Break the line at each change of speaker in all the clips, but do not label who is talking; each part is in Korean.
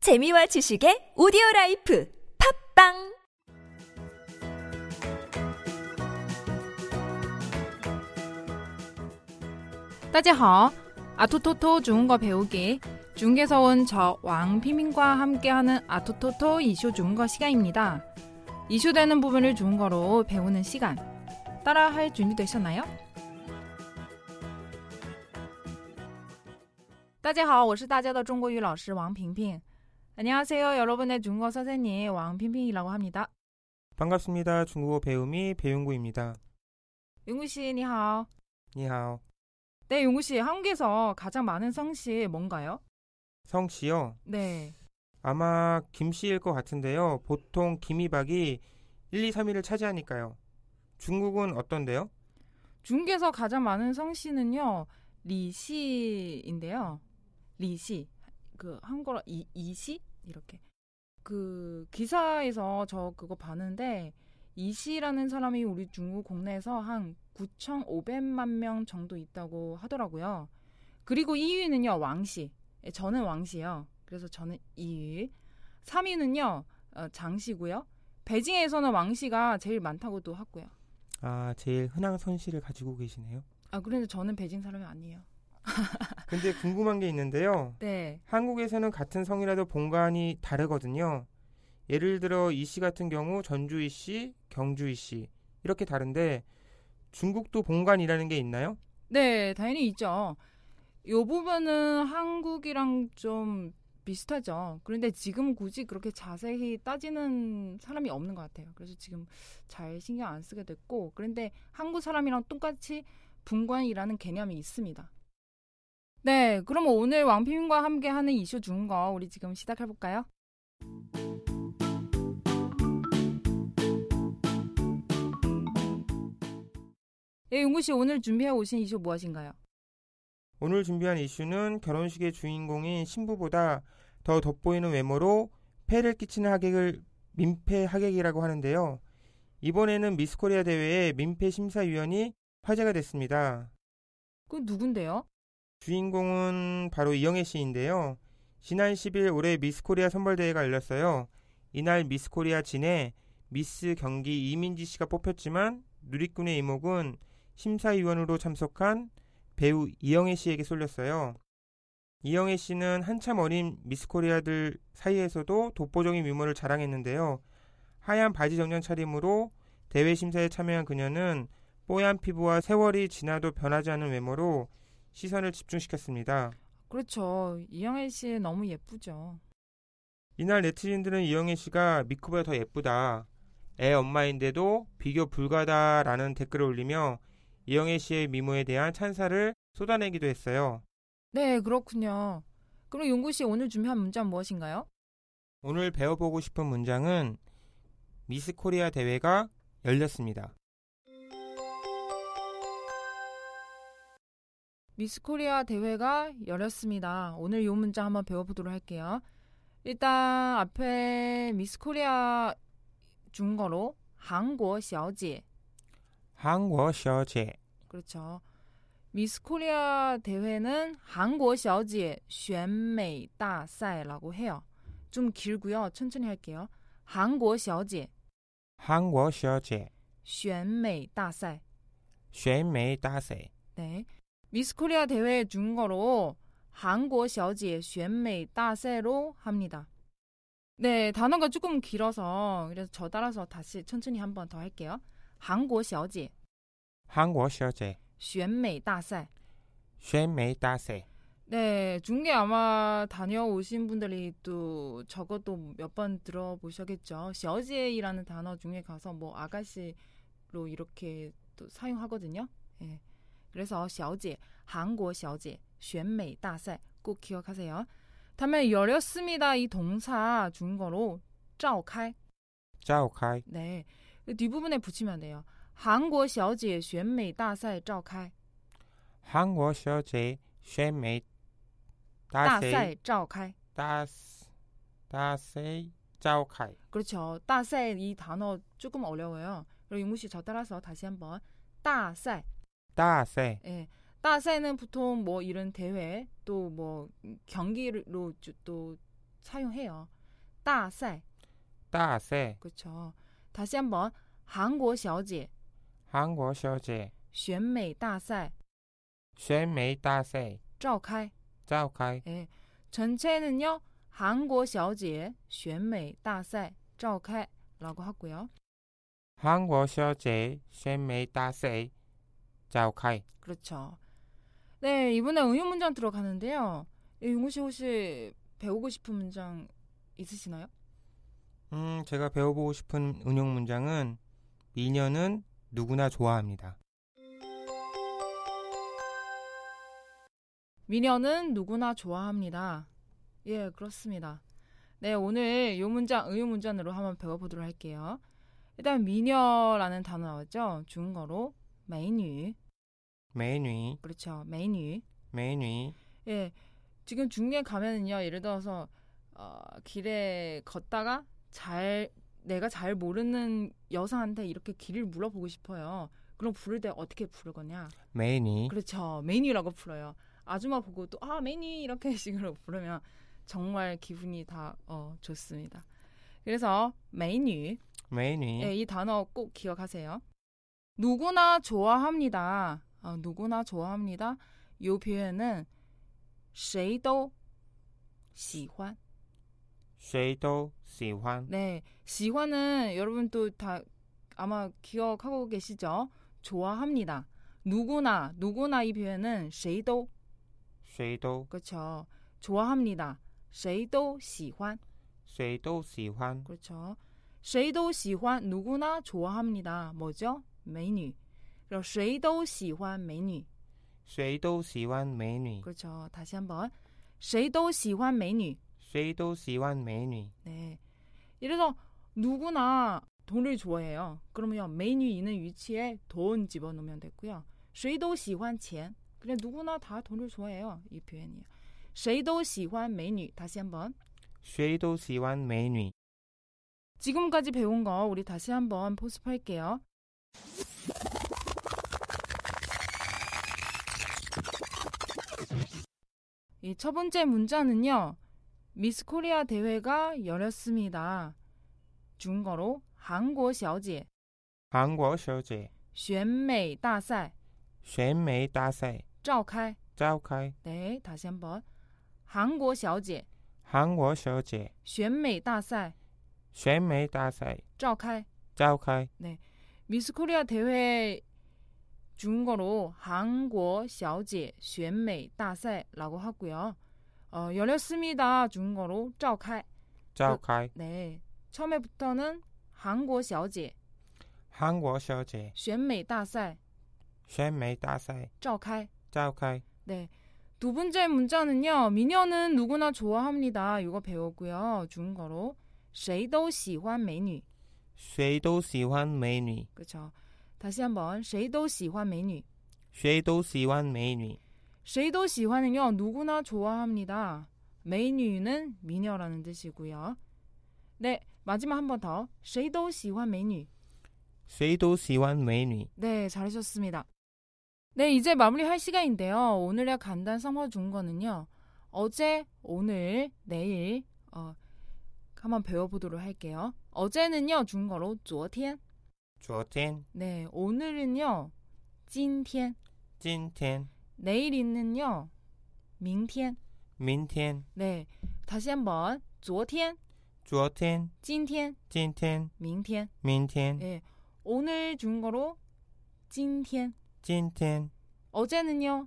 재미와 지식의 오디오 라이프 팝빵
따지하 아토토토 중국어 배우기 중국에서 온 저 왕피민과 함께하는 아토토토 이슈 중국어 시간입니다. 이슈되는 부분을 중국어로 배우는 시간 따라할 준비되셨나요? 大家好,我是大家的中国语老师王萍萍. 안녕하세요, 여러분의 중국어 선생님 왕핑핑이라고 합니다.
반갑습니다. 중국어 배우미 배용구입니다.
용구 씨, 니하오.
니하오.
네, 용구 씨, 한국에서 가장 많은 성씨 뭔가요?
성씨요.
네.
아마 김씨일 것 같은데요. 보통 김이박이 1, 2, 3위를 차지하니까요. 중국은 어떤데요?
중국에서 가장 많은 성씨는요 리시인데요. 리시 그 한국어로 이, 이시 이렇게 그 기사에서 저 그거 봤는데 이시라는 사람이 우리 중국 국내에서 한 9,500만 명 정도 있다고 하더라고요. 그리고 2위는요 왕씨. 예, 저는 왕씨요. 그래서 저는 2위. 3위는요 어, 장씨고요. 베징에서는 왕씨가 제일 많다고도 하고요.
아, 제일 흔한 성씨를 가지고 계시네요.
아 그런데 저는 베징 사람이 아니에요.
근데 궁금한 게 있는데요.
네.
한국에서는 같은 성이라도 본관이 다르거든요. 예를 들어 이씨 같은 경우 전주 이씨, 경주 이씨 이렇게 다른데 중국도 본관이라는 게 있나요?
네, 당연히 있죠. 요 부분은 한국이랑 좀 비슷하죠. 그런데 지금 굳이 그렇게 자세히 따지는 사람이 없는 것 같아요. 그래서 지금 잘 신경 안 쓰게 됐고, 그런데 한국 사람이랑 똑같이 분관이라는 개념이 있습니다. 네, 그럼 오늘 왕피민과 함께하는 이슈 중거 우리 지금 시작해 볼까요? 예, 용구 씨 오늘 준비해 오신 이슈 무엇인가요?
오늘 준비한 이슈는 결혼식의 주인공인 신부보다 더 돋보이는 외모로 폐를 끼치는 하객을 민폐 하객이라고 하는데요. 이번에는 미스코리아 대회의 민폐 심사위원이 화제가 됐습니다.
그건 누군데요?
주인공은 바로 이영애 씨인데요. 지난 10일 올해 미스코리아 선발대회가 열렸어요. 이날 미스코리아 진에 미스 경기 이민지 씨가 뽑혔지만 누리꾼의 이목은 심사위원으로 참석한 배우 이영애 씨에게 쏠렸어요. 이영애 씨는 한참 어린 미스코리아들 사이에서도 독보적인 미모를 자랑했는데요. 하얀 바지 정장 차림으로 대회 심사에 참여한 그녀는 뽀얀 피부와 세월이 지나도 변하지 않은 외모로 시선을 집중시켰습니다.
그렇죠. 이영애 씨 너무 예쁘죠.
이날 네티즌들은 이영애 씨가 미쿠보다 더 예쁘다. 애 엄마인데도 비교 불가다라는 댓글을 올리며 이영애 씨의 미모에 대한 찬사를 쏟아내기도 했어요.
네, 그렇군요. 그럼 용구 씨 오늘 준비한 문자 무엇인가요?
오늘 배워보고 싶은 문장은 미스 코리아 대회가 열렸습니다.
미스코리아 대회가 열렸습니다. 오늘 이 문자 한번 배워보도록 할게요. 일단 앞에 미스코리아 중거로 한국 小姐
한국 셔제
그렇죠. 미스코리아 대회는 한국 小姐选美 大赛라고 해요. 좀 길고요. 천천히 할게요. 한국 小姐
한국 셔제
选美大赛
쉐메 다세
네. 미스코리아 대회 중거로 한국 小姐选美 大赛로 합니다. 네, 단어가 조금 길어서 그래서 저 따라서 다시 천천히 한번 더 할게요. 한국 小姐
한국 셔제
选美大赛.
쉐메 다세
네, 중계 아마 다녀오신 분들이 또 적어도 몇 번 들어보셨겠죠. 小姐이라는 단어 중에 가서 뭐 아가씨로 이렇게 또 사용하거든요. 예. 그래서 小姐, 한국 小姐,选美大赛꼭 기억하세요. 다음에 열렸습니다. 이 동사 중거로 召开.
짜오카이
네. 그 뒷부분에 붙이면 돼요. 한국 小姐选美大赛召开.
한국 셔제 쉐메
大赛
다세
召开.
다스 다세 짜오카이
그렇죠. 따세 이 단어 조금 어려워요. 그리고 용구 씨 저 따라서 다시 한번 따세.
다세
예. 따세는 보통 뭐 이런 대회 또 뭐 경기로 주- 또 사용해요. 따쌀.
따세
그렇죠. 다시 한번 한국 小姐
한국 셔제
选美大赛
쉐메이 따세
召开
짜오카이
예. 전체는요. 한국 小姐选美大赛 召开라고 하고요.
한국 셔제 쉐메이 따세 짜오카이
그렇죠. 네, 이번에 응용 문장 들어가는데요. 예, 용우 씨 혹시 배우고 싶은 문장 있으시나요?
음 제가 배워보고 싶은 운용 문장은 미녀는 누구나 좋아합니다
미녀는 누구나 좋아합니다. 예, 그렇습니다. 네, 오늘 요 문장, 응용 문장으로 한번 배워보도록 할게요. 일단 미녀라는 단어 나왔죠? 중국어로 메뉴.
메뉴
그렇죠. 메뉴.
메뉴
예. 지금 중국에 가면은요. 예를 들어서 어, 길에 걷다가 잘 내가 잘 모르는 여성한테 이렇게 길을 물어보고 싶어요. 그럼 부를 때 어떻게 부를 거냐?
메뉴
그렇죠. 메뉴라고 풀어요. 아줌마 보고 또 아 메뉴 이렇게 식으로 부르면 정말 기분이 다 어, 좋습니다. 그래서 메뉴
메뉴
예, 이 단어 꼭 기억하세요. 누구나 좋아합니다. 아, 누구나 좋아합니다. 이 표현은 谁都喜欢.
쉐이도 시환
네, 喜欢은 여러분 또 다 아마 기억하고 계시죠? 좋아합니다. 누구나 누구나 이 표현은 谁都
쉐이도
그렇죠. 좋아합니다. 谁都喜欢.
쉐이도 시환
그렇죠. 谁都喜欢 누구나 좋아합니다. 뭐죠? 메뉴. 그럼 谁都喜欢 메뉴.
쉐이도 시환 메뉴
그렇죠. 다시 한번. 谁都喜欢 메뉴.
쉐이도 시환 메뉴
네. 이래서 누구나 돈을 좋아해요. 그러면 메뉴 있는 위치에 돈 집어넣으면 되고요. 谁都喜欢钱. 그냥 누구나 다 돈을 좋아해요. 이 표현이에요. 谁都喜欢 메뉴. 다시 한번.
쉐이도 시환 메뉴
지금까지 배운 거 우리 다시 한번 포습할게요. 이 첫 번째 문자는요. 미스 코리아 대회가 열렸습니다. 중국어로 한국 小姐
한국 셔제
选美大赛
쉐메이 따세
召开.
짜오카이
네, 다시 한번. 한국 小姐
한국 셔제
选美大赛
쉐메이 따세
召开.
짜오카이
미스코리아 대회 중국어로 한국 小姐选美 大赛라고 하고요. 어, 열렸습니다. 중국어로 召开.
짜오카이
네. 처음에부터는 한국 小姐
한국 셔제
选美大赛
쉐메이 따세
召开.
짜오카이
네. 두 번째 문자는요. 미녀는 누구나 좋아합니다. 이거 배웠고요. 중국어로 谁都喜欢美女.
쉐이도 시환 메뉴
그렇죠. 다시 한번 谁都喜欢美女.
쉐이도 시환 메뉴
谁도喜欢은요 누구나 좋아합니다. 메뉴는 미녀라는 뜻이고요. 네 마지막 한 번 더. 谁도 喜欢 메뉴.
쉐이도 시환 메뉴
네 잘하셨습니다. 네 이제 마무리할 시간인데요. 오늘의 간단 성어 중거는요. 어제, 오늘, 내일 어, 한번 배워보도록 할게요. 어제는요 중거로 昨天.
조텐
네 오늘은요 今天.
찐텐
내일있는요 明天.
민텐
네, 다시 한번 昨天,
조텐
今天,
찐텐
明天.
민텐
예, 오늘 중국어로 今天.
찐텐
어제는요.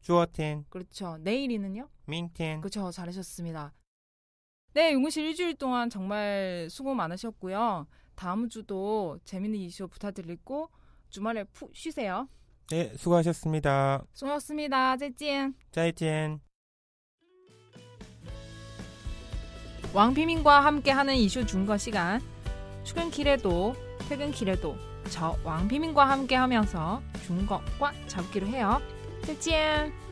조텐
그렇죠. 내일이는요.
음。 민텐
그렇죠. 잘하셨습니다. 네, 용우 씨 일주일 동안 정말 수고 많으셨고요. 다음 주도 재밌는 이슈 부탁드리고 주말에 푹 쉬세요.
네 수고하셨습니다
수고하셨습니다. 재찐.
짜이젠
왕피민과 함께하는 이슈 준거 시간. 출근길에도 퇴근길에도 저 왕피민과 함께하면서 준것과 잡기로 해요. 재찐.